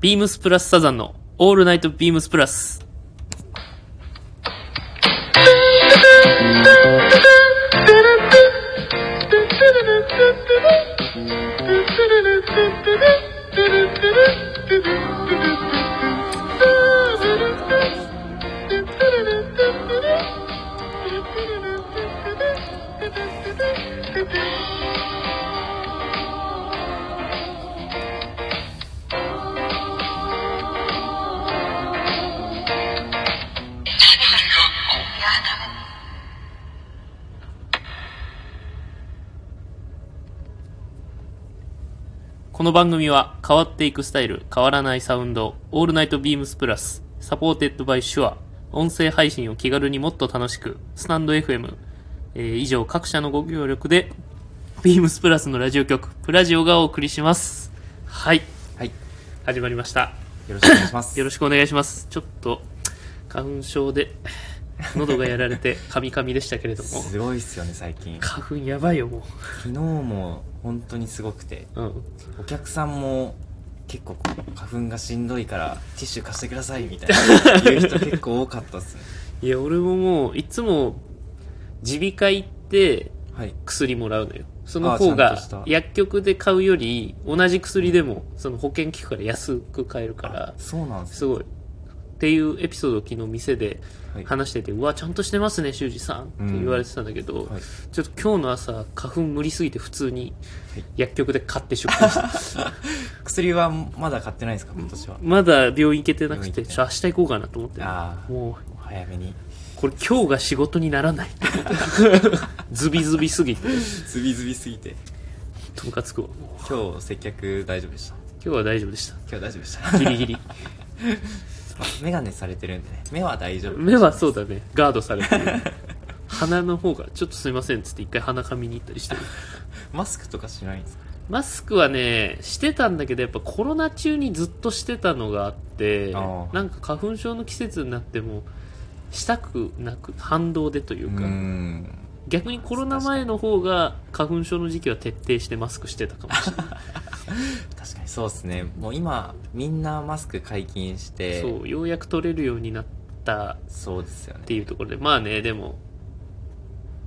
ビームスプラスサザンのオールナイトビームスプラス。この番組は変わっていくスタイル、変わらないサウンド、オールナイトビームスプラス、サポーテッドバイシュア、音声配信を気軽にもっと楽しく、スタンド FM、えー以上各社のご協力で、ビームスプラスのラジオ局、プラジオがお送りします。はい、はい。よ始まりました。ろしくお願いします。よろしくお願いします。ちょっと、花粉症で、喉がやられて、カミカミでしたけれども、 すごいっすよね、最近。花粉やばいよ、も昨日も本当にすごくて、う。うん。お客さんも結構花粉がしんどいからティッシュ貸してくださいみたいな言う人結構多かったっすね。いや、俺ももう、いつも、耳鼻科行って、はい。薬もらうのよその方があちゃんとした薬局で買うより同じ薬でもその保険効くから安く買えるからそうなんですすよ。ごいっていうエピソードを昨日店ではい。話してて、うわちゃんとしてますね修二さんって言われてたんだけど、はいちょっと今日の朝花粉無理すぎて普通にはい薬局で買って出勤した 薬はまだ買ってないですか、今年は。まだ病院行けてなくて病院行けてないちょっと明日行こうかなと思ってあーもう早めに。これ今日が仕事になら ない と思ってズビズビすぎてズビズビすぎて。とんかつくわもう今日接客大丈夫でした。今日は大丈夫でした今日大丈夫でした。 ギリギリメガネされてるんでね。目は大丈夫。目はそうだねガードされてる鼻の方が「ちょっとすいません」っつって一回鼻かみに行ったりしてるマスクとかしないんですかマスクはねしてたんだけどやっぱコロナ中にずっとしてたのがあってあーなんか花粉症の季節になってもしたくなく反動でというか、ん。逆にコロナ前の方が花粉症の時期は徹底してマスクしてたかもしれない、確かにそうですね。もう今、みんなマスク解禁して、そうようやく取れるようになったそうですよねっ。ていうところでまあねでも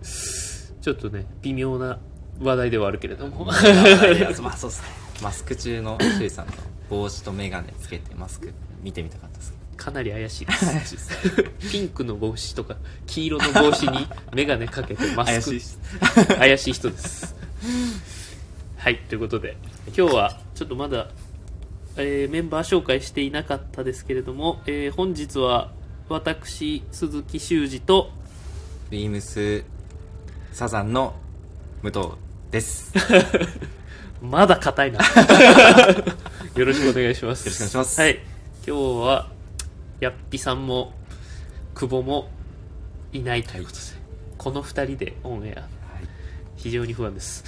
ちょっとね微妙な話題ではあるけれどもいやまあそうっすねマスク中 のシュイさんの帽子とメガネつけてマスク見てみたかったですかなり怪しいです怪しいっす ピンクの帽子とか黄色の帽子に 眼鏡かけてマスク怪しい怪っしすい人ですはいということで今日はちょっとまだ、えーメンバー紹介していなかったですけれども、えー本日は私鈴木修二とビームスサザンの武藤 ですよまだ硬 いな。よろしくお願いします。よろしくお願いしますはい。今日は、やっぴさんも、久保も、いないということで、この二人でオンエア、非常に不安です。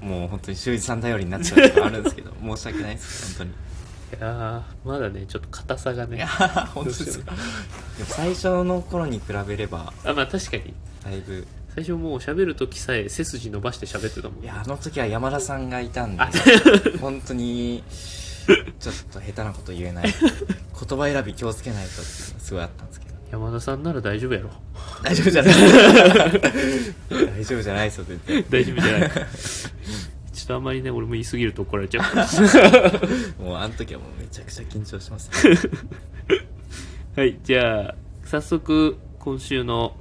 もう本当にシュイさん頼りになっちゃうとかあるん ですけど申し訳ないです本いやー、まだね、ちょっと硬さが当にいねや。ー本ど当でうしようすかでも最初の頃に比べればあ、まあ確かに、だいぶ最初もう喋るときさえ背筋伸ばして喋ってたもんいね。やあの時は山田さんがいた んで本当にちょっと下手なこと言えない 言葉選び気をつけないとっていうのはすごいあったんですけど山田さんなら大丈夫やろ。大丈夫じゃない 大丈夫じゃないですよ全然大丈夫じゃ ない。ちょっとあんまりね、俺も言いすぎると怒られちゃうから。もうあの時はもうめちゃくちゃ緊張してます、はい、じゃあ、早速、今週の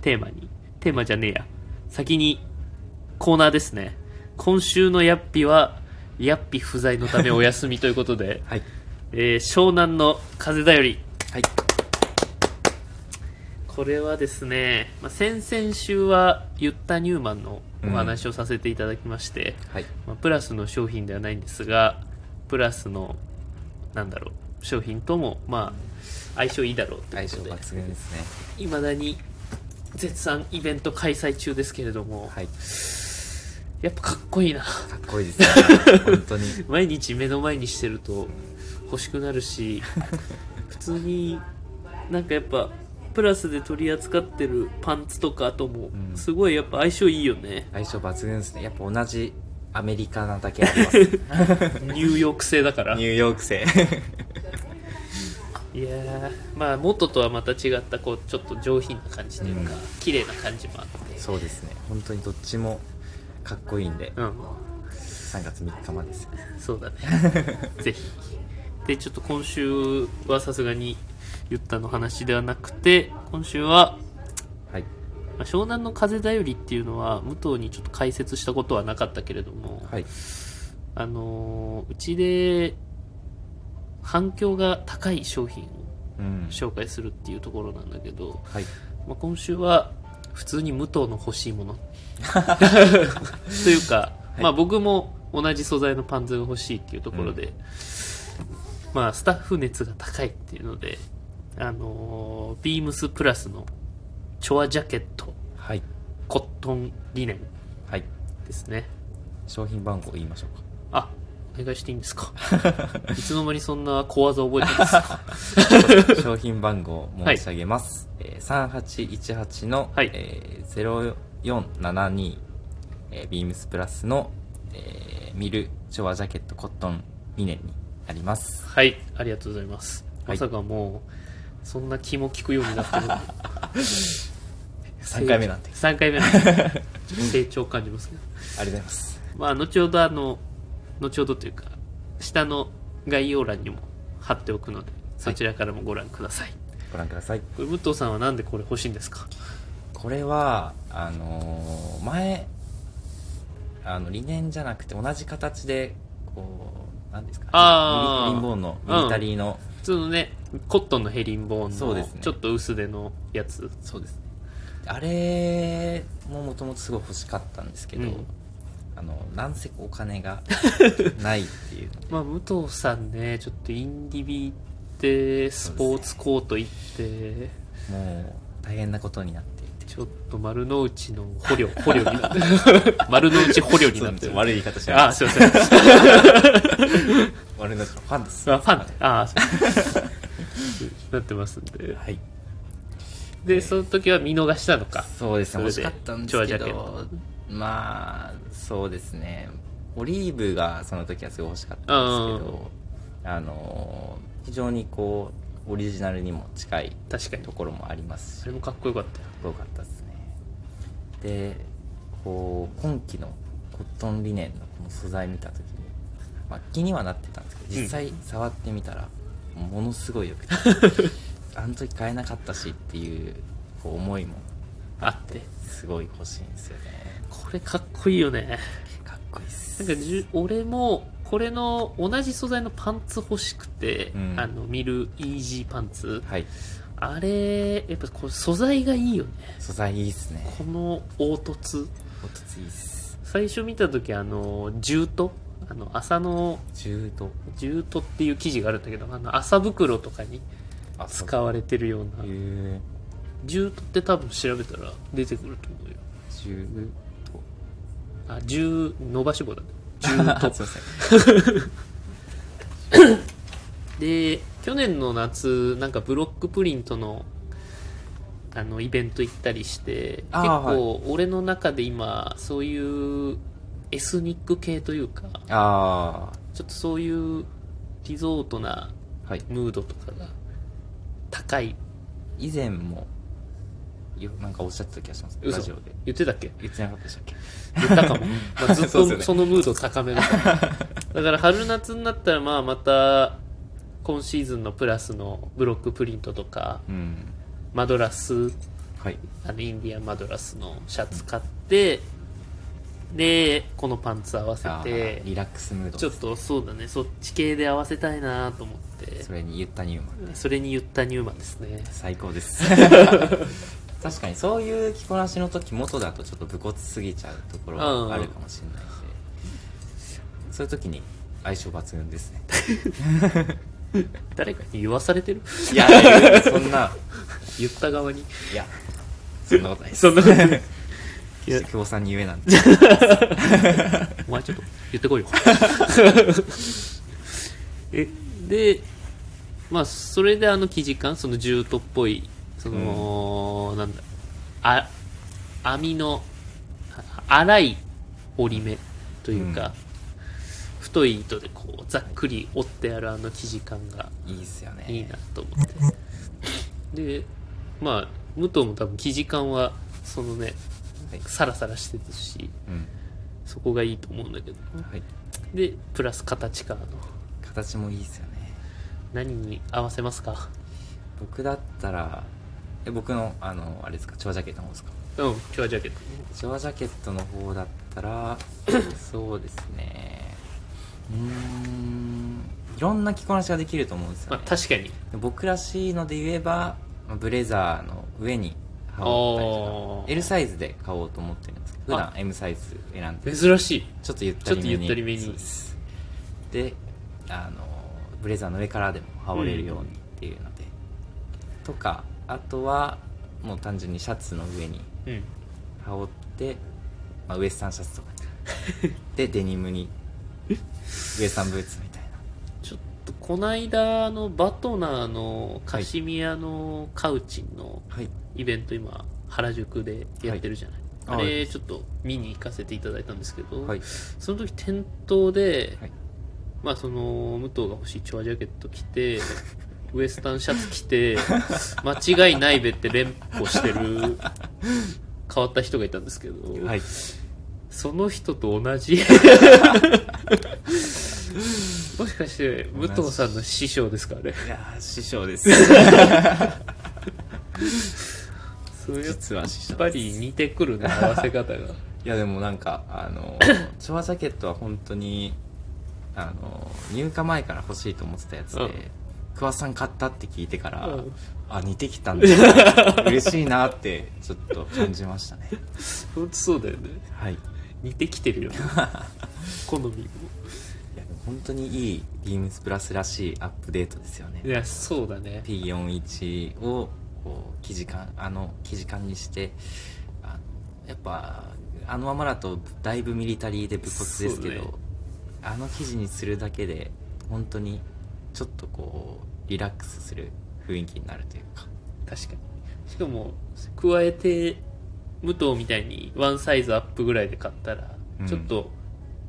テーマに。テーマじゃねえや。先に、コーナーですね。今週のヤッピは、ヤッピ不在のためお休みということで はいえー湘南の風だより。はいこれはですね、まあ、先々週は、ユッタ・ニューマンのお話をさせていただきまして、はいまあ、プラスの商品ではないんですが、プラスの、なんだろう、商品とも、まあ、相性いいだろうというこ相性とで。抜群ですねいまだに絶賛イベント開催中ですけれども、はいかやっぱかっこいいなっこいいですね本当に毎日目の前にしてると欲しくなる し普通になんかやっぱプラスで取り扱ってるパンツとかともん すごいやっぱ相性いいよね、相性抜群ですねやっぱ同じアメリカなだけあり ますニュニューヨーク製だからいやーヨーク 製ーまあ元とはまた違ったこうちょっと上品な感じというか、うん綺麗な感じもあってそうですね本当にどっちもかっこいいんでうん3月3日までですよそう だねぜひでちょっと今週はさすがに言ったの話ではなくて今週ははいまあ湘南の風だよりっていうのは武藤にちょっと解説したことはなかったけれども、はいあのーうちで反響が高い商品をうん紹介するっていうところなんだけど、はいまあ、今週は普通に武藤の欲しいものというか、いまあ、僕も同じ素材のパンツが欲しいっていうところで、まあ、スタッフ熱が高いっていうので、あのービームスプラスのチョアジャケットはいコットンリネンはいですね商品番号言いましょうかあお願いしていいんですかいつの間にそんな小技覚えてますか 商品番号申し上げます、えー3818の、はいえー0472、えービームスプラスの、えーミル調和ジャケットコットン2年になりますはいありがとうございますはまいさかもうそんな気も利くようになってる 3回目なんで3回目なんで成長感じますけどありがとうございますまあ後ほどあの後ほどというか下の概要欄にも貼っておくのでそちらからもご覧ください、ご覧くださいこれ武藤さんはなんでこれ欲しいんですかこれはあのー前あの理念じゃなくて同じ形でこう何ですかあーミリリンボーンのミリタリーの、普通のねコットンのヘリンボーンそうでのすねちょっと薄手のやつ、そうですねあれももともとすごい欲しかったんですけど、うんあのなんせお金 がないっていうまあ武藤さんねちょっとインディビ行ってスポーツコート行ってもう大変なことになっていてちょっと丸の内の捕 虜捕虜になってる丸の内捕虜になってる悪い言い方しあなあいすいません悪いなファンですあファンああそう なってますんではいでその時は見逃したのかそうですね欲それしかでったんです蝶け々どまあそうですねオリーブがその時はすごい欲しかったんですけどあの非常にこうオリジナルにも近い確かにところもありますしそれもかっこよかったよすごかったですねでこう今季のコットンリネンのこの素材見た時に、まあ、気にはなってたんですけど実際触ってみたらものすごいよく てあの時買えなかったしっていうこう思いもあってすごい欲しいんですよねこれかっこいいよねかっこいいっすなんかじゅ俺もこれの同じ素材のパンツ欲しくて、うんあの見るイージーパンツはいあれやっぱこれ素材がいいよね素材いいっすねこの凹凸おとついいっす最初見た時あのジュートあの麻の中度ジュートっていう生地があるんだけどあの麻袋とかにあ使うわれてるようなえジュートって多分調べたら出てくると思うよ中度あ十伸ばし棒だね中度 すいませんで去年の夏なんかブロックプリントのあのイベント行ったりして結あー構俺の中で今そういうエスニック系というかあちょっとそういうリゾートなあはいムードとかが高い以前もよなんかおっしゃってた気がしますラ嘘ジオで言ってたっけ言ってなかったでしたっけ言ったかも、まあ、ずっ そうですよとねそのムード高めだ からだから春夏になったらまあまた今シーズンのプラスのブロックプリントとかうんマドラスはいあのインディアンマドラスのシャツ買ってでこのパンツ合わせあーてリラックスムードちょっとそうだねそっち系で合わせたいなと思ってそれに言ったニューマンそれに言ったニューマンですね最高です確かにそういう着こなしの時元だとちょっと武骨すぎちゃうところがあるかもしれないんで、そういう時に相性抜群ですね誰かに言わされてるいやいやそんな言った側にいやそんなことないですそんなことないいや久保さんに言えなんてお前ちょっと言って こいよえでまあそれであの生地感そのジュートっぽいその、なんだあ網のあ粗い折り目というか、太い糸でこうざっくり折ってあるあの生地感がいいっすよねいいなと思ってでまあ武藤も多分生地感はそのねはいサラサラしてるしうんそこがいいと思うんだけどはい、でプラス形からの形もいいっすよね何に合わせますか僕だったらえ僕のあのあれですかチョアジャケットの方ですかうん今日はジャケットチョアジャケットの方だっ たらそうですねうーんいろんな着こなしができると思うんですよ、まあね確かに僕らしいので言えばまあブレザーの上に羽織ったりとおーか L サイズで買おうと思ってるんですけど普あ段 M サイズ選んで珍しいちょっとゆったりめにちょっとゆったりめにそうですであのブレザーの上からでも羽織れるようにっていうので、とかあとはもう単純にシャツの上にうん羽織って、まあ、ウエスタンシャツとかにでデニムにウエスタンブーツみたいなちょっとこないだあのバトナーのカシミヤのカウチンのはいイベント今原宿でやってるじゃない、はあいあれーちょっと見に行かせていただいたんですけど、はいその時店頭で、はいまあその武藤が欲しいチョアジャケット着て ウエスタンシャツ着 て間違いないべって連呼してる変わった人がいたんですけど、はいその人と同 じもしかして武藤さんの師匠ですかあれいやー師 匠ですそうや実は師匠ですっぱり似てくる ね合わせ方がいやでもなんかあ のチョアジャケットは本当にあの入荷前から欲しいと思ってたやつで、うん桑田さん買ったって聞いてから、うんあ似て きたんだ嬉しいなってちょっと感じましたね本当そうだよねはいい似てきて るよね好みもやでも本当にいいビームスプラスらしいアップデートですよねいやそうだね P41 をこう生地感あの生地感にしてあのやっぱあのままだとだいぶミリタリーで武骨ですけど、そうねあの生地にするだけで本当にちょっとこうリラックスする雰囲気になるというか確かにしかも加えて武藤みたいにワンサイズアップぐらいで買ったら、うんちょっと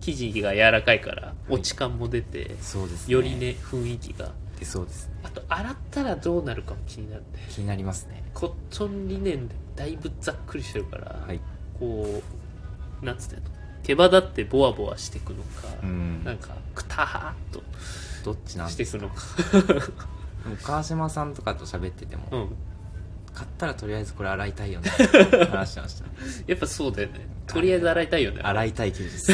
生地が柔らかいから落ち感も出て、そうですよりね雰囲気がでそうですねあと洗ったらどうなるかも気になるね気になりますねコットンリネンでだいぶざっくりしてるから、はいこうなんつったの毛羽立ってボワボワしてくのか、うんなんかくたはーっどっちなとんしてでいすくのかでも川島さんとかと喋ってても、うん買ったらとりあえずこれ洗いた いよねって話してましたやっぱそうだよねとりあえず洗いたいよね洗いたい生地です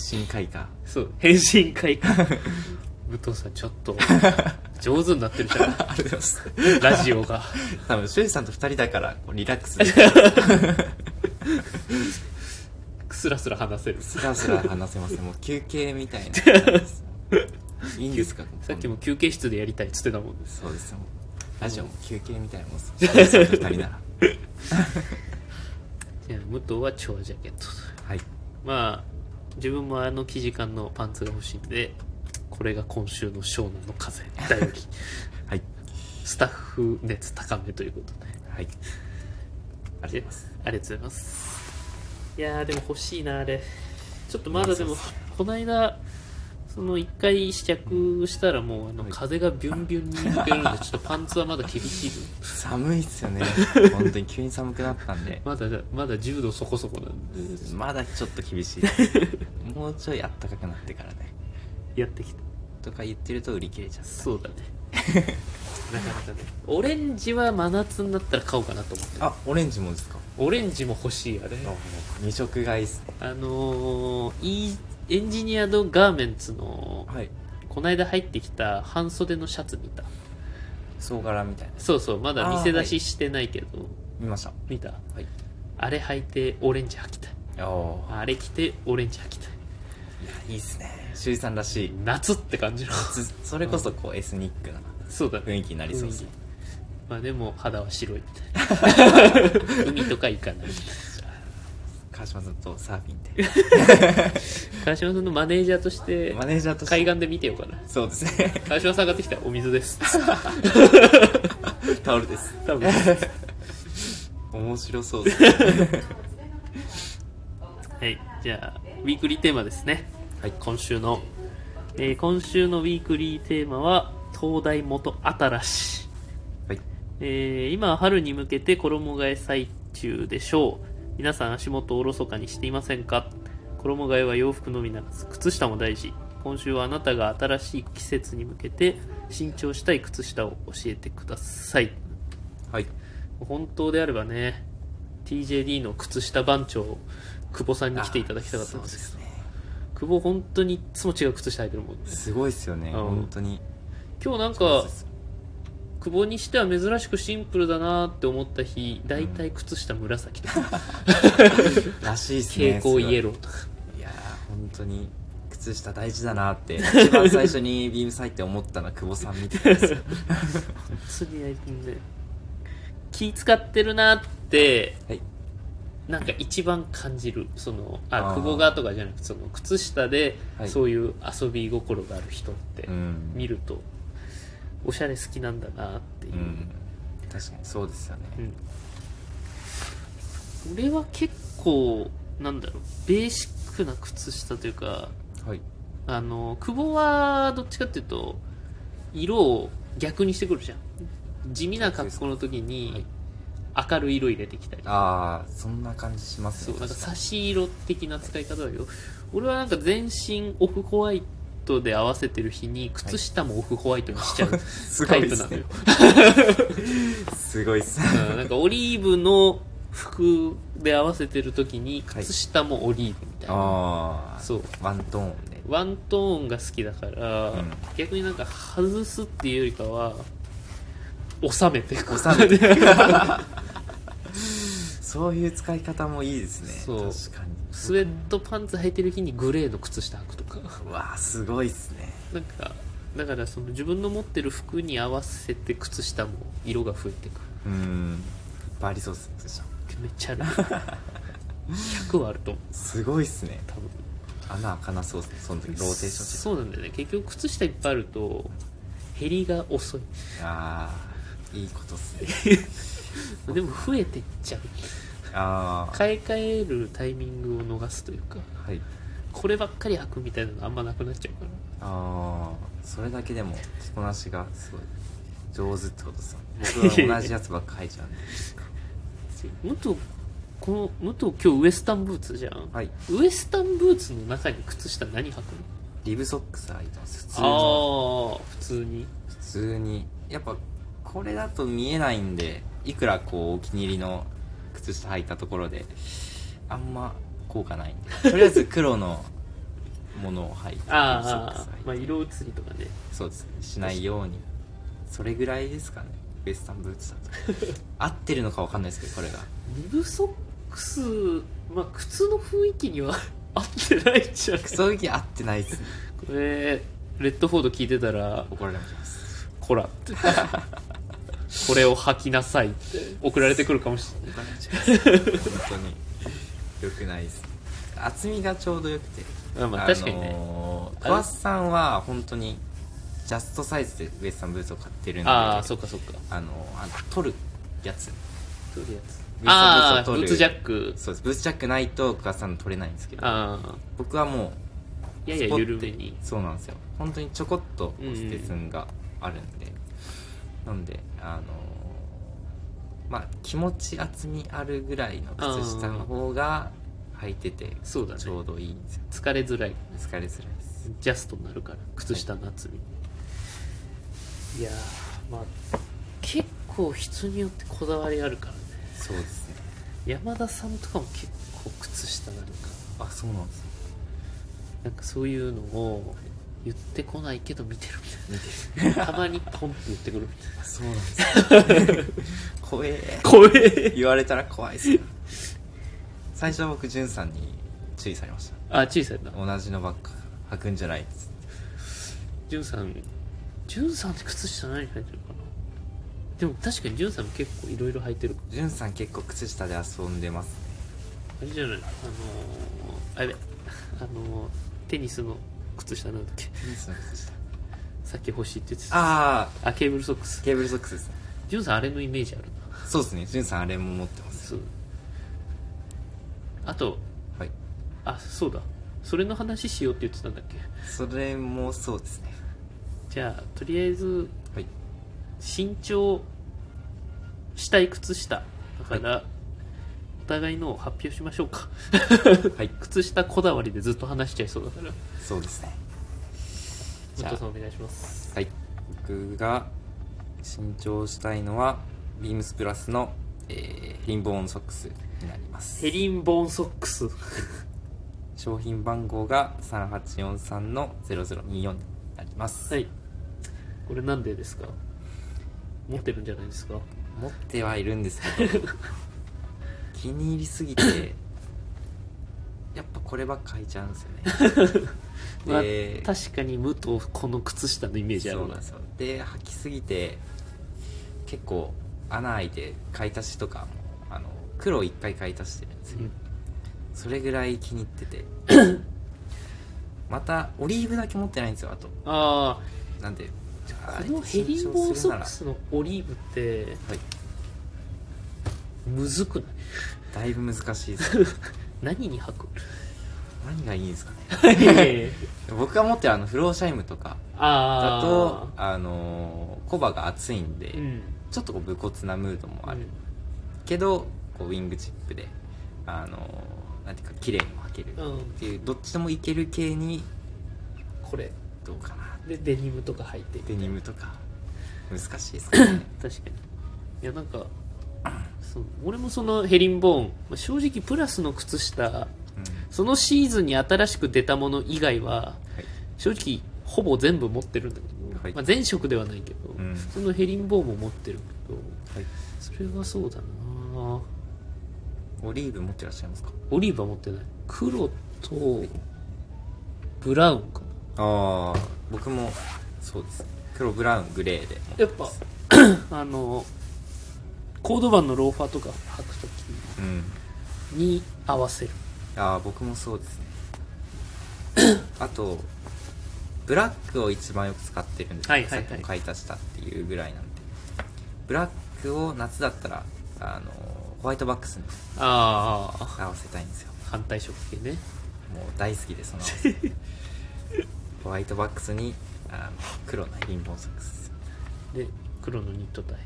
変身開花そう変身会武藤さんちょっと上手になってるじゃん ありがとうございます ラジオが多分修二さんと二人だからこうリラックスでスラスラ話せるスラスラ話せ ますねもう休憩みた いないいんですかさっきも休憩室でやりたいっつってたもんですそうですもうラジオも休憩みたいなもんです修二さんと二人ならじゃあ武藤は長ジャケットはいまあ自分もあの生地感のパンツが欲しいんでこれが今週の湘南の風だ よりはいスタッフ熱高めということではいありがとうございますありがとうございますいやーでも欲しいなあれちょっとまだでもこの間その1回試着したらもうあのはい風がビュンビュンに抜けるんで ちょっとパンツはまだ厳しいの寒いっすよ ね本当に急に寒くなったんでまだまだ10度そこそこなんでまだちょっと厳しい もうちょいあったかくなってからねやってきたとか言ってると売り切れちゃうそう だねなかなかねオレンジは真夏になったら買おうかなと思ってるあオレンジもですかオレンジも欲しいあれ二色買いっすねあのー、いいエンジニアドガーメンツのはいこないだ入ってきた半袖のシャツ見た総柄みたいなそうそうまだ見せ出ししてないけど、見ました見たはいあれ履いてオレンジ履きたいあああれ着てオレンジ履きたいいいっすね修二さんらしい夏って感じのつそれこそこうエスニックなそうだ雰ね囲気になりそうですね雰囲気まあでも肌は白いみた いな海とか行かない川島さんとサーフィン川島さんのマネージャーとしてでマネージャーとして海岸で見てようかなそうです ね川島さんがってきたらお水 ですタオルです多分面白そうですねはいじゃあ、ウィークリーテーマですね。はい今週の。えー今週のウィークリーテーマは、東大元新し。はいえー今、春に向けて衣替え最中でしょう。皆さん足元をおろそかにしていませんか衣替えは洋服のみならず、靴下も大事。今週はあなたが新しい季節に向けて新調したい靴下を教えてください。はい本当であればね TJD の靴下番長久保さんに来ていただきたかったんですけどそうね久保本当にいつも違う靴下履いてるもんねすごいっすよね、うん本当に今日なんそうかです久保にしては珍しくシンプルだなって思った日大体靴下紫とか、らしいっすね蛍光イエロローとかーいやー本当に靴下大事だなって一番最初に ビームサイって思ったのは久保さん見てた んですよ普通に焼いてるね気使ってるなってはいなんか一番感じるそのああー久保がとかじゃなくてその靴下ではいそういう遊び心がある人ってうん見るとおしゃれ好きなんだなっていうう、ん確かにそうですよねうん、俺は結構なんだろうベーシックな靴下というかはいあの久保はどっちかっていうと色を逆にしてくるじゃん地味な格好の時に明るい色入れてきたりああそんな感じしますそうねなんか確か差し色的な使い方だけど俺はなんか全身オフホワイトで合わせてる日に靴下もオフホワイトにしちゃう すごタいイっプすなのねよ、にすごいっすねうんなんかオリーブの服で合わせてる時にはい靴下もオリーブみたいな、ああそうワントーンでワントーンが好きだから、うん逆になんか外すっていうよりかは収めていく収めてそういう使い方もいいですねそう確かに スウェットパンツ履いてる日にグレーの靴下履くとか うわあすごいっすねなんかだからその自分の持ってる服に合わせて靴下も色が増えてくうんいっぱいありそうっすねるめっちゃある100はあると思うすごいっすね多分穴開かなそうっすねその時ローテーションしてそうなんだよね結局靴下いっぱいあると減りが遅いああいいことっすねでも増えてっちゃうああ買い替えるタイミングを逃すというかはいこればっかり履くみたいなのあんまなくなっちゃうからああそれだけでも着こなしがすごい上手ってことっす よね僕は同じやつばっか履いちゃうんで武藤この武藤今日ウエスタンブーツじゃん、はいウエスタンブーツの中に靴下何履くのリブソックス履いてます普通のああ普通に普通にやっぱこれだと見えないんでいくらこうお気に入りの靴下履いたところであんま効果ないんでとりあえず黒のものを履いてああソックス履いてまあ色移りとかねそうですねしないようにそれぐらいですかねウエスタンブーツだと合ってるのかわかんないですけどこれがリブソックスまあ靴の雰囲気には 合ってないんじゃんこクソ浮き合ってないですねれレッドフォード聞いてたら怒られます「こら」って これを履きなさいって送られてくるかもしれない怒られちゃいます本当に良くないです厚みがちょうど良くてあまあ確かにね、のー、桑田さんは本当にジャストサイズでウエスタンブーツを買ってるんであああそうかそうかのーあの取るやつ取るやつブーツああブーツをブ取るーツジャックそうですブーツジャックないと桑田さんの取れないんですけどああ僕はもうややスポッて緩めにそうなんですよ本当にちょこっとステツンがあるんで、なんであのーまあ気持ち厚みあるぐらいの靴下の方が履いててそうだねちょうどいいんですよ疲れづらい疲れづらいですジャストになるから靴下の厚み、い、やーまあ結構人によってこだわりあるからねそうですね山田さんとかも結構靴下なんかあそうなんですねなんかそういうのを言ってこないけど見てる見てるみ たいなたまにポンって言ってくるみたいなそうなんですよ怖え怖え言われたら怖いっすよ最初は僕んさんに注意されましたあ小さいな同じのばっか履くんじゃないっつっじゅんさんじゅんさんって靴下何履いてるかなでも確かにじゅんさんも結構いろいろ履いてるてんさん結構靴下で遊んでますねあれじゃないあのー、あれあのー、テニスの靴下なんだっけテニスの靴下さっき欲しいって言ってたああケーブルソックスあケーブルソックスですねジュンさんあれのイメージあるなそうですねんさんあれも持ってますそうあとはいあそうだそれの話しようって言ってたんだっけそれもそうですねじゃあとりあえずはい身長下い靴下だから、お互いのを発表しましょうか はい靴下こだわりでずっと話しちゃいそうだからそうですねじ武ゃあ藤さんお願いしますはい僕が新調したいのはビームスプラスの、えーリンボーンソックスになりますヘリンボーンソックス商品番号が3843の0024になります、はいこれなんでですか持ってるんじゃないですか持ってはいるんです けど気に入りすぎてやっぱこればっか履いちゃうんですよ まあねで、確かに武藤この靴下のイメージあそうるなんなですよで履きすぎて結構穴開いて買い足しとかもあの黒を一回買い足してるんですよ、うんそれぐらい気に入っ ててまたオリーブだけ持ってないんですよあとあなんでじゃああこのヘリンボーンソック新スのオリーブって調するならはいむずくないだいぶ難しいですね何に履く 何がいいんですかねいやいやいや僕が持ってるあのフローシャイムとかだと あああのーコバが厚いんで、うんちょっとこう武骨なムードもある、うんけどこうウィングチップであのーなんていうか綺麗に履けるうんっていうどっちでもいける系にこれどうかなでデニムとか履いてデニムとか難しいです かね確かにいやなんかそう俺もそのヘリンボーンまあ正直プラスの靴下うんそのシーズンに新しく出たもの以外ははい正直ほぼ全部持ってるんだけど、はいまあ、前職ではないけど、うんそのヘリンボーンも持ってるけどはいそれはそうだなオリーブ持ってらっしゃいますかオリーブは持ってない黒とブラウンかなああ僕もそうです黒ブラウングレーでやっぱ あのコードバンのローファーとか履くときうんに合わせるああ僕もそうですね あとブラックを一番よく使ってるんですけどはいはいはいさっきも買い足したっていうぐらいなんでブラックを夏だったらあのホワイトバックスにああ合わせたいんですよ反対色系ねもう大好きで その合わせホワイトバックスにあの黒のリンボンソックスですで黒のニットタイ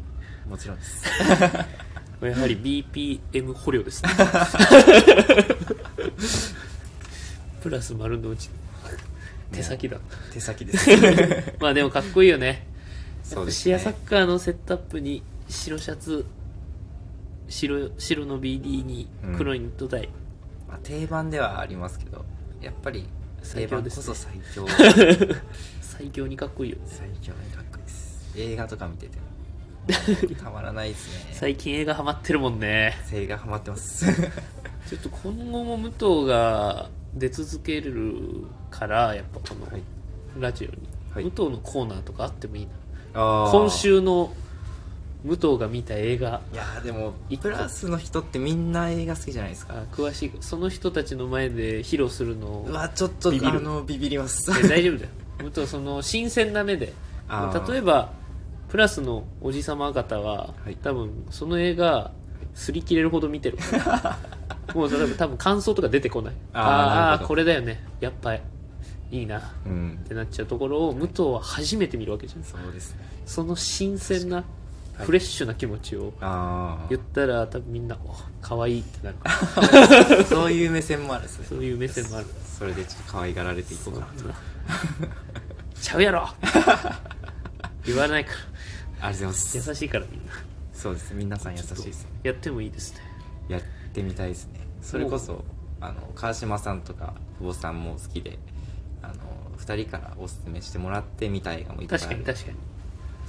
もちろんです これやはり BPM 捕虜 ですねプラス丸の内手先だ手先です まあでもかっこいいよねそうですシアサねッカーのセットアップに白シャツ白白の BD に黒いニットタイ、まあ、定番ではありますけどやっぱり最定強番でこすねそ最強最強にかっこいいよね最強にかっこいいです映画とか見てて もたまらないですね最近映画ハマってるもんね映画ハマってます ちょっと今後も武藤が出続けるからやっぱこのはいラジオに、はい武藤のコーナーとかあってもいいなあー今週の武藤が見た映画いやーでも一個プラスの人ってみんな映画好きじゃないですかあ詳しいその人たちの前で披露するのうわちょっとビビるあのビビりますいや大丈夫だよ武藤その新鮮な目であー例えばプラスのおじさま方は、はい多分その映画擦り切れるほど見て るからもう例えば多分感想とか出てこないあーなあるーあほーどこれだよねやっぱいいなうんってなっちゃうところを武藤は初めて見るわけじゃんそうですねその新鮮なはいフレッシュな気持ちをあ言ったら多分みんな「かわいい」ってなるから あそういう目線もあるですねそういう目線もあるそれでちょっと可愛がられていこうかなとちゃうやろ言わないからありがとうございます優しいからみんなそうです皆さん優しいですねやってもいいですねやってみたいですねそれこそあの川島さんとか久保さんも好きであの2人からおすすめしてもらってみたい映画もいっぱい確かにある確かに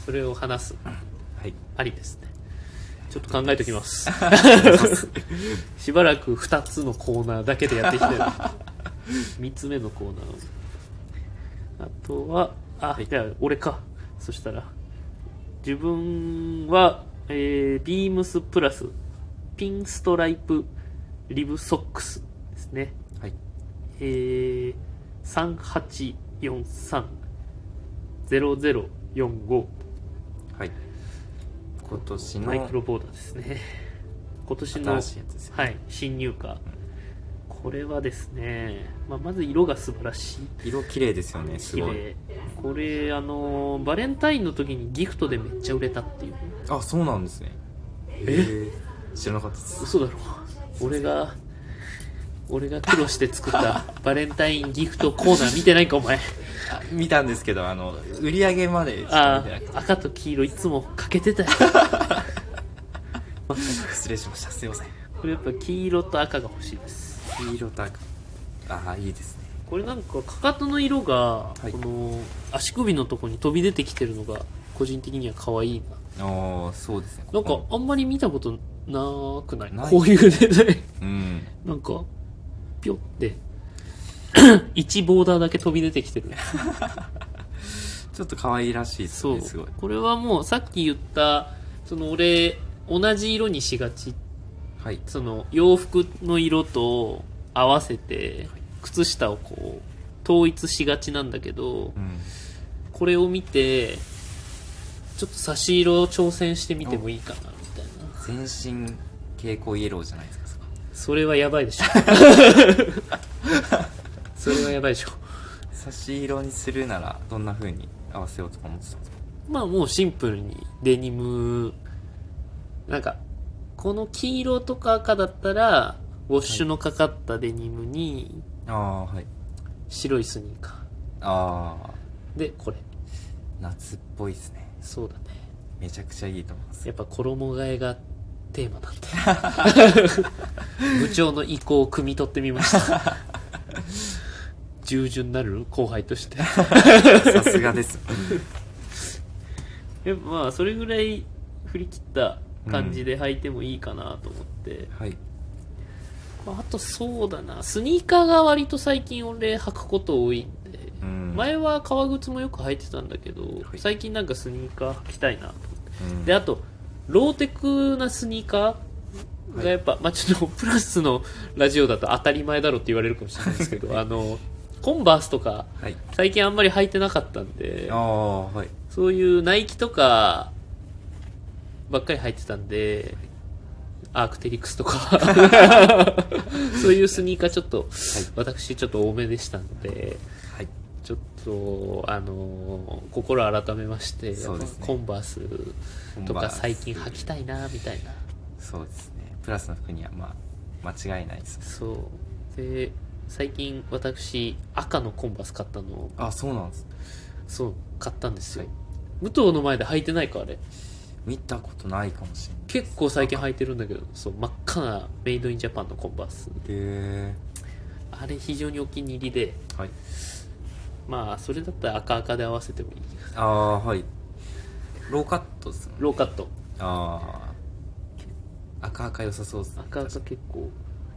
それを話すはいありですねちょっと考えときますしばらく2つのコーナーだけでやっていきたい3つ目のコーナーをあとはあ、じゃあ俺かそしたら自分は、えー、ビームスプラスピンストライプリブソックスですねはいえー、3843-0045はい今年マイクのロボーダーですね今年の新しいやつですよはい、新入荷これはですね、まあ、まず色が素晴らしい色綺麗ですよねす綺ごい麗これあのバレンタインの時にギフトでめっちゃ売れたっていうあそうなんですねえ知らなかったです嘘だろ俺が俺が苦労して作 ったバレンタインギフトコーナー見てないかお前あ見たんですけどあの売り上げまでちょっと見てあなくてあ赤と黄色いつも欠けてたよ失礼しましたすいませんこれやっぱ黄色と赤が欲しいです黄色と赤ああいいですねこれなんかかかとの色が、はいこの足首のとこに飛び出てきてるのが個人的には可愛いなああそうですねなんかここあんまり見たことなくないないこういうデザインうんなんか、ぴょって、 一ボーダーだけ飛び出てきてる。ちょっと可愛らしいですそうねすごい。これはもうさっき言った、その俺、同じ色にしがち。はいその洋服の色と合わせて、靴下をこう、統一しがちなんだけどう、んこれを見て、ちょっと差し色を挑戦してみてもいいかな、みたいな。全身蛍光イエローじゃないですかそこそれはやばいでしょ。それはやばいでしょ。差し色にするならどんな風に合わせようとか思ってたんですかまあもうシンプルにデニム、なんか、この黄色とか赤だったら、ウォッシュのかかったデニムにああはい白いスニーカああー。で、これ。夏っぽいですねそうだね。めちゃくちゃいいと思います やっぱ衣替えがテーマなんだ 部長の意向を汲み取ってみました。従順なる後輩として。さすがですやっぱまあ、それぐらい振り切った感じで履いてもいいかなと思って。はいあとそうだな、スニーカーが割と最近俺履くこと多いんで、うん前は革靴もよく履いてたんだけど、はい最近なんかスニーカー履きたいなと思って。うんで、あと、ローテクなスニーカーがやっぱ、まあちょっとプラスのラジオだと当たり前だろって言われるかもしれないですけど、あの、コンバースとか、はい最近あんまり履いてなかったんであ、あはいそういうナイキとかばっかり入ってたんで、アークテリクスと か、そういうスニーカーちょっと、私ちょっと多めでしたので、はいちょっと、あのー心改めまして、そうですねやっぱコンバースとコンバーかス最近履きたいな、みたいな。そうですねプラスの服にはまあ間違いないですそう。で、最近私、赤のコンバース買ったのを、あそうなんですそう、買ったんですよ。はい武藤の前で履いてないか、あれ。見たことないかもしれない結構最近履いてるんだけどそう真っ赤なメイドインジャパンのコンバースへあれ非常にお気に入りでえはいまあそれだったら赤赤で合わせてもいいああはいローカットですもんねローカットああ赤赤良さそうですね赤赤確か結構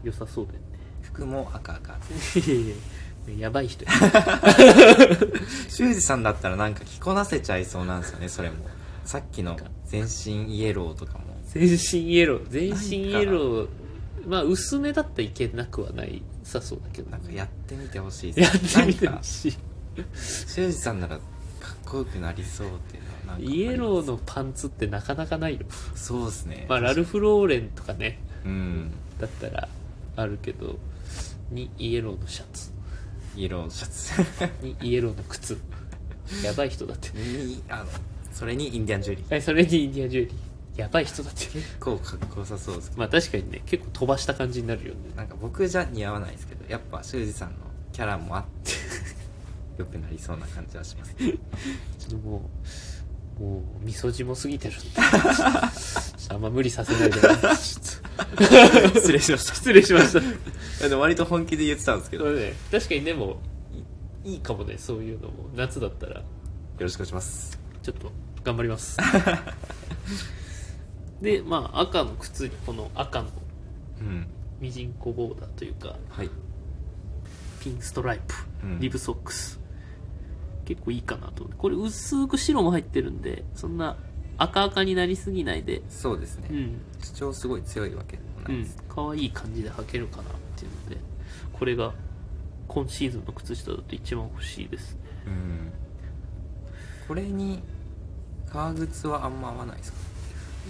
良さそうだよに服も赤赤ね やばい人や修二さんだったらなんか着こなせちゃいそうなんですよねそれもさっきの全身イエローとかも全身イエロー全身イエローまあ薄めだったらいけなくはないさそうだけどなんかやってみてほしいやでっすてみてなんほかしい修二さんならかっこよくなりそうっていうのはなんかイエローのパンツってなかなか ないよそうですねまあラルフ・ローレンとかねうんだったらあるけどにイエローのシャツイエローのシャツ にイエローの靴やばい人だってにあのそれにインディアンジュエリーはいそれにインディアンジュエリーやばい人 だって結構かっこよさそうですけどまあ確かにね結構飛ばした感じになるよねなんか僕じゃ似合わないですけどやっぱ修二さんのキャラもあって よくなりそうな感じはしますちょっともうもうみそじも過ぎて るんでちょっとあんま無理させないでもらってちょっと 失礼しまし失礼しま したたでも割と本気で言ってたんですけどそようね確かにでもいいいかもねそういうのも夏だったらろしくお願いしますちょっと頑張ります でまあ赤の靴にこの赤のうんミジンコボーダーというかはいピンストライプ、うんリブソックス結構いいかなと思ってこれ薄く白も入ってるんでそんな赤々になりすぎないでそうですうね、ん主張すごい強いわけでもうないでんす、可愛い感じで履けるかなっていうのでこれが今シーズンの靴下だと一番欲しいですねうん、これに革靴はあんま合わないですか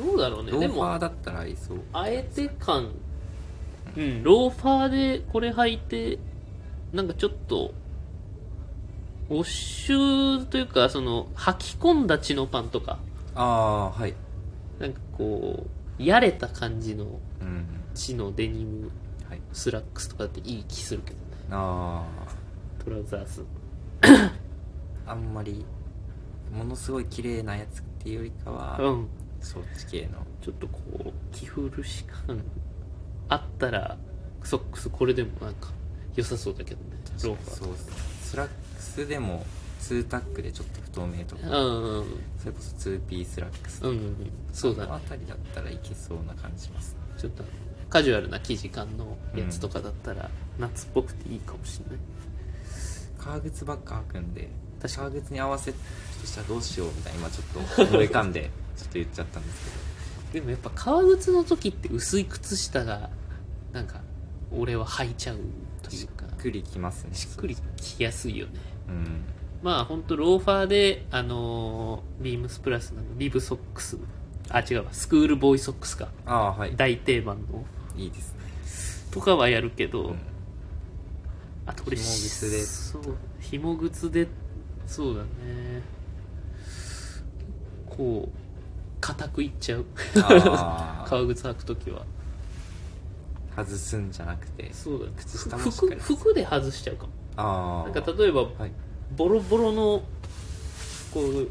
どうだろうねロでーファーもだったら合いそうあえて感うん、ローファーでこれ履いて、なんかちょっと、ウォッシュというか、その、履き込んだ血のパンとか、ああーはいなんかこう、やれた感じのうん血のデニム、はいスラックスとかだっていい気するけどね。あトラウザース。ああんまりものすごい綺麗なやつっていうよりかは、うん。そっち系のちょっとこう、着古し感あったら、ソックスこれでもなんか良さそうだけどね、ローファー。そうスラックスでも2タックでちょっと不透明とかうんそれこそ 2P スラックスうんうん、うんうん、そうだこのねあたりだったらいけそうな感じしますちょっとカジュアルな生地感のやつとかだったら、夏っぽくていいかもしれない革靴ばっか履くんで確か革靴に合わせとしたらどうしようみたいな今ちょっと思い浮かんで ちょっと言っちゃったんですけどでもやっぱ革靴の時って薄い靴下がなんか俺は履いちゃうといしうかっくりきますねしっくりきやすいよねうんまあほんとローファーであのービームスプラスのリブソックスあ違うわスクールボーイソックスかああはい大定番のいいですねとかはやるけど、 うんあとこれ紐靴でそう紐靴でそうだねこう固くいっちゃうあー革靴履く時は外すんじゃなくてそうだね靴下もしっ服かり服で外しちゃうかもあなあんか例えばはいボロボロのこう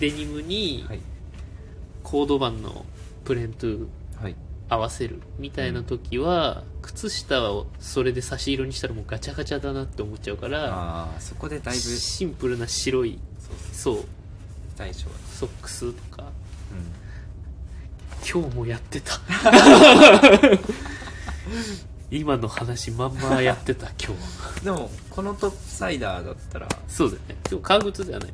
デニムにはいコードバンのプレントゥはい合わせるみたいな時は、靴下をそれで差し色にしたらもうガチャガチャだなって思っちゃうからああそこでだいぶそうシンプルな白いそそうう非対称だソックスとかうん今日もやってた今の話まんまやってた今日でもこのトップサイダーだったらそうだよね今日革靴ではない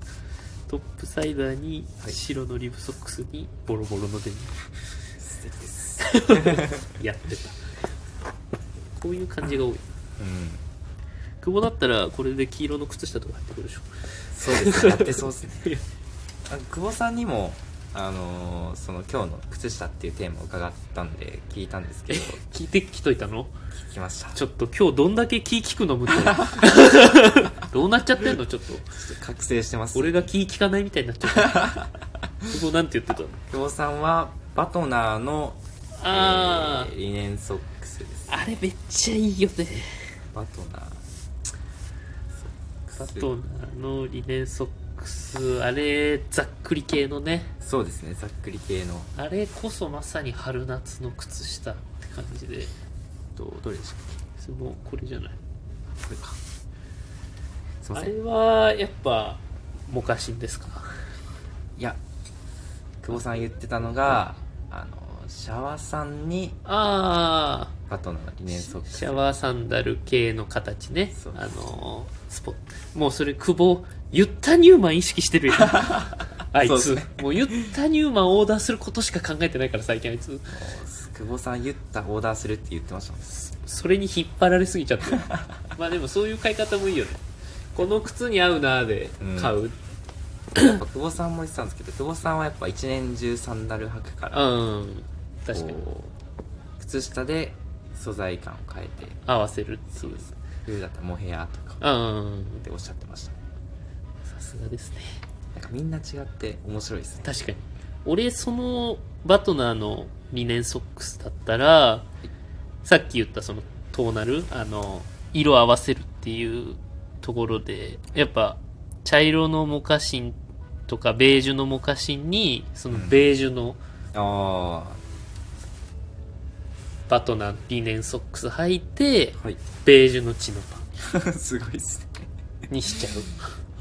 トップサイダーにはい白のリブソックスにボロボロのデニ素敵ですムやってたこういう感じが多いうん久保だったらこれで黄色の靴下とか入ってくるでしょ そうですねやってそうですねあ久保さんにもあのーその今日の靴下っていうテーマを伺ったんで聞いたんですけえど聞いてきといたの聞きましたちちょょっと今日どんだけ気聞くの向こ うどうなっちゃってんのちょっとっと覚醒してます俺が気聞かないみたいになっちゃった久保なんて言ってたの久保さんはバトナーのあえーリネンソックスですあ、あれめっちゃいいよね。バトナーソバックストナーのリネンソックス、あれ、ざっくり系のね。そうですねざっくり系のあれこそまさに春夏の靴下って感じで。どどれでしたっそのこれじゃない。けこれかすいまあせんいれは、やっぱ、モカシンですか。や久保さん言ってたのがあのシャワさんにあバトナーのリあ、ネンシソックスャワーサンダル系の形ねそう。あのー、スポもうそれ、久保、ユッタニューマン意識してる よ。あいそつ、うですもうユッタニューマンオーダーすることしか考えてないから、最近あいつ。久保さん言ったオーダーするって言ってましたもんそれに引っ張られすぎ ちゃってるまあでもそういう買い方もいいよねこの靴に合うなーで買うやっぱ久保さんも言ってたんですけど久保さんはやっぱ一年中サンダル履くかうらん、確かにこう靴下で素材感を変えて合わせるっていう冬だったらモヘアとかうんっておっしゃってましたねさすがですねなんかみんな違って面白いですね確かに俺そのバトナーのリネンソックスだったらさっき言ったそのトーナルあの色合わせるっていうところでやっぱ茶色のモカシンとかベージュのモカシンにそのベージュの、あバトナーリネンソックス履いてあはい ベージュのチノパすごいですねンにしちゃ う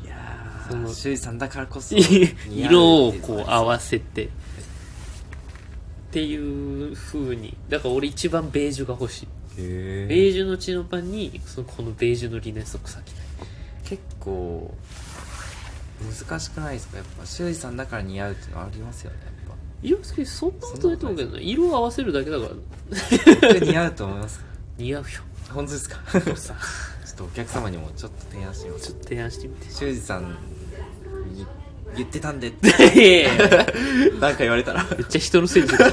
いやそのー周囲さんだからこそ色をこう合わわせてっていう風にだから俺一番ベージュが欲しいベへーえジュのチノパンにそのこのベージュのリネンソックス履きたい結構難しくないですかやっぱ周囲さんだから似合うっていうのはありますよねやっぱ色付けそんなことないと思うけどね色を合わせるだけだから 僕似合うと思います似合うよ本当ですか ちょっとお客様にもちょっと提案してみまちすょっと提案してみて修二さんに言ってたんでっ いてやいやいや なんか言われたらめっちゃ人のせいにする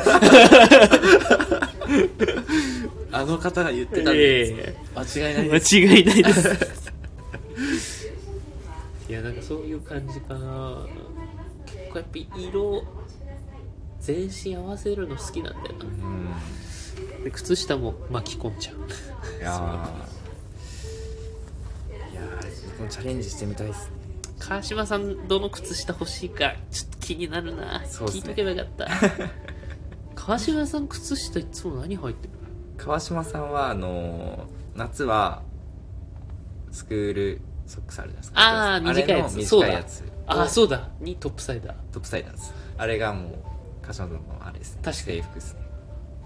あの方が言ってたんです、え間違いえないです間違いないです いやなんかそういう感じかな結構やっぱ色全身合わせるの好きなんだよなうんで靴下も巻き込んじゃういやーいやーあれ僕もチャレンジしてみたいですね川島さんどの靴下欲しいかちょっと気になるな、そうっす聞いねとけばよかった 川島さん靴下いつも何入ってる川島さんはあのー夏はスクールソックスあるじゃないですかあーれ短いやのつ短いやつああうそうだにトップサイダートップサイダーですあれがもう川島さんのあれですね確かに制服で すね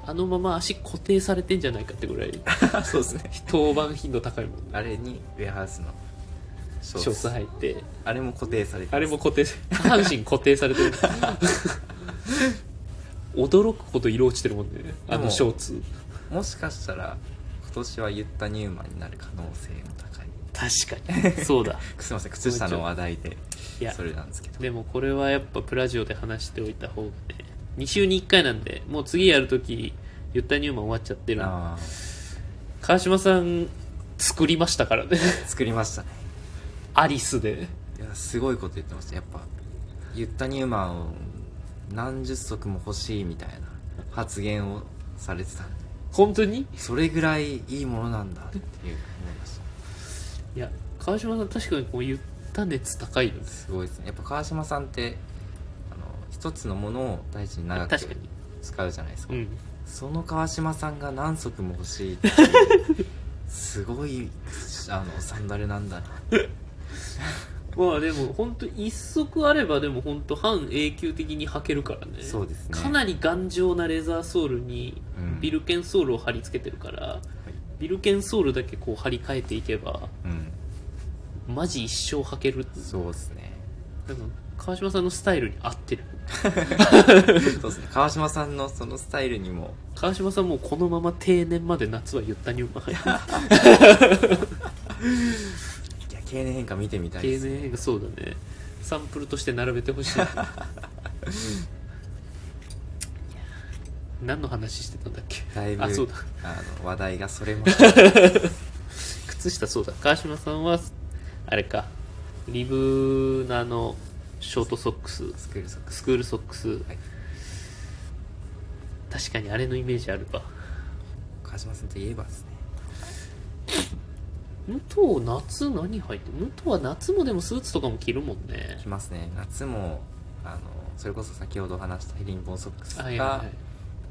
あのまま足固定されてんじゃないかってぐらいそうですね登板頻度高いもんあれにウェアハウスのシショョーツーツ入ってあれも固定されてますあれも固定下半身固定されてる 驚くほど色落ちてるもんねあでのもショーツもしかしたら今年は言ったニューマンになる可能性も高い確かにそうだすいません靴下の話題でいやそれなんですけどでもこれはやっぱプラジオで話しておいた方がね2週に1回なんでもう次やるとき言ったニューマン終わっちゃってるんであー川島さん作りましたからね 作りましたねアリスでいやすごいこと言ってましたやっぱ言ったニューマンを何十足も欲しいみたいな発言をされてたんで本当にそれぐらいいいものなんだっていう思いましたいや川島さん確かにこう言った熱高いよねすごいですねやっぱ川島さんってあの一つのものを大事に長く確かに使うじゃないですかうんその川島さんが何足も欲しいっていうすごいあのサンダルなんだなまあでも本当一足あればでも本当半永久的に履けるからねそうですねかなり頑丈なレザーソールにうんビルケンソールを貼り付けてるから、ビルケンソールだけこう貼り替えていけばうんマジ一生履けるそうですねなんか川島さんのスタイルに合ってるそうですね川島さんのそのスタイルにも川島さんもうこのまま定年まで夏は言ったにうまいいや経年変化見てみたい定ですね年がそうだねサンプルとして並べてほしいいや何の話してたんだっけだいぶあそうだあの話題がそれました靴下そうだ川島さんはあれかリブナのショートソックススクールソックススクールソックス、い確かにあれのイメージあるわ川島さんといえばですね武藤夏何履いて武藤は夏もでもスーツとかも着るもんね来ますね夏もあのそれこそ先ほど話したヘリンボンソックスか、はいはい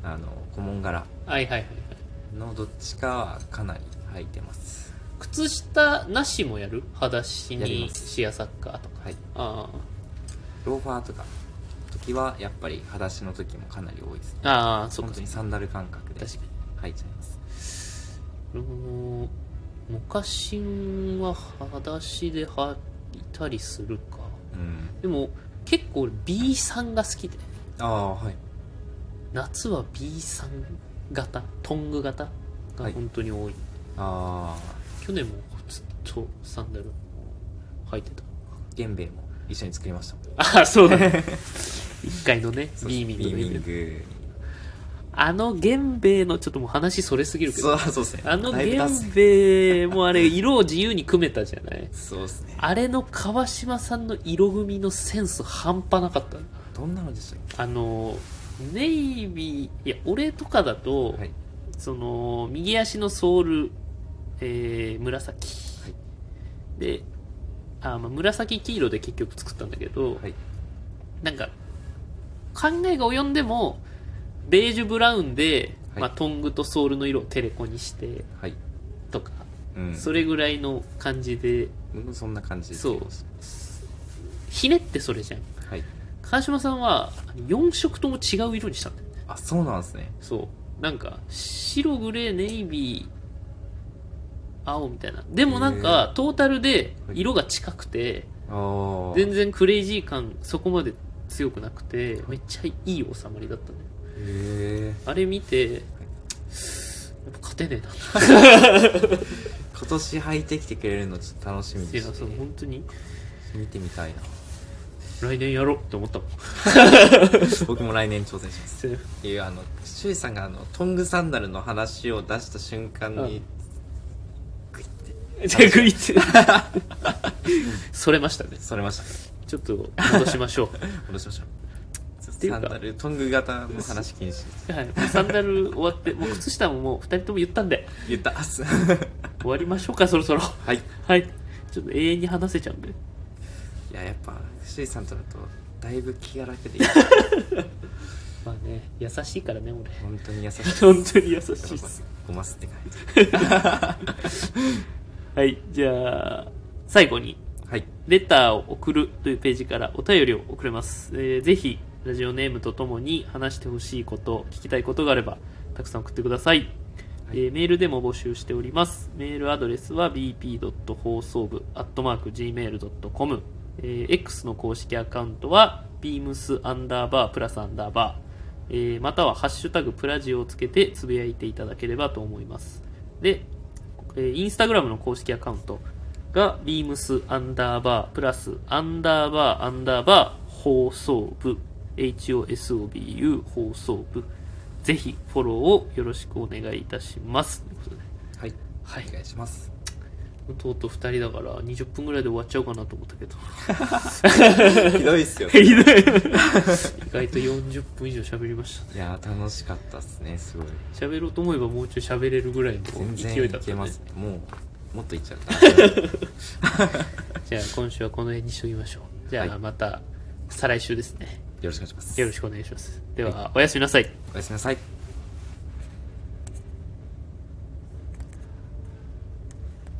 あの顧問柄はいはいはいはいのどっちかはかなり履いてます靴下なしもやる裸足やりにますシアサッカーとかはいあローファーとか時はやっぱり裸足の時もかなり多いですねあああそっ本か当そっにかサンダル感覚で確かに履いちゃいます俺もモカシンは裸足で履いたりするかうんでも結構俺 B さんが好きでああはい夏は B さん型トング型が本当に多い、ああ去年もずっとサンダル履いてた源兵衛も一緒に作りましたもんああそうだ一回のね そうビーミングのイベントビーミングあの源兵衛のちょっともう話それすぎるけそうどそうですねあのだいぶ脱源線兵衛もあれ色を自由に組めたじゃないそうですねあれの川島さんの色組みのセンス半端なかったどんなのでしたあっのネイビーいや俺とかだと、けはいその右足のソール、えー紫、はいであまあ紫黄色で結局作ったんだけど、はいなんか考えが及んでもベージュブラウンで、はいまあ、トングとソールの色をテレコにしてはいとか、うんそれぐらいの感じでうんそんな感じですそうひねってそれじゃんはい川島さんは4色とも違う色にしたんだよねあそうなんですねそうなんか白グレーネイビー青みたいなでもなんかトータルで色が近くてああ全然クレイジー感そこまで強くなくてめっちゃいい収まりだったねへえあれ見てやっぱ勝てねえなって今年履いてきてくれるのちょっと楽しみいにうのしはそてう本当に見てみたいな来年やろうって思ったもん。僕も来年挑戦しますっていうあの周囲さんがあのトングサンダルの話を出した瞬間にじゃあグイって。 それましたね。それましたちょっと戻しましょ戻しましょうていうサかンダルトング型の話禁止う。はい。サンダル終わって、もう靴下ももう二人とも言ったんで、言ったあす終わりましょうか、そろそろ。はいいはい。ちょっと永遠に話せちゃうんで。ややっぱ周囲さんとだとだいぶ気が楽でいいまあね、優しいからね、俺。本当に優しい 本当に優しいっす。ごますって感じはい。じゃあ、最後に、はいレターを送るというページからお便りを送れます。えーぜひ、ラジオネームとともに話してほしいこと、聞きたいことがあれば、たくさん送ってください。はいえーメールでも募集しております。メールアドレスは bp. 放送部、アットマーク gmail.com。えー X の公式アカウントは、beams アンダーバープラスアンダーバー。えーまたは、ハッシュタグプラジオをつけてつぶやいていただければと思います。で、えーインスタグラムの公式アカウントが beams アンダーバープラスアンダーバーアンダーバー放送部 HOSOBU 放送部ぜひフォローをよろしくお願いいたしますということではい、はいお願いしますとうとう2人だから20分ぐらいで終わっちゃうかなと思ったけ どひどいっすよ意外と40分以上喋りましたねいやー楽しかったっすねすごい喋ろうと思えばもうちょい喋れるぐらいの全勢然いいだったけねます、もうもっといっちゃ ったじゃあ今週はこの辺にしときましょうじゃはあいまた再来週ですねよろしくお願いしますよろしくお願いしますではおやすみなさいおやすみなさい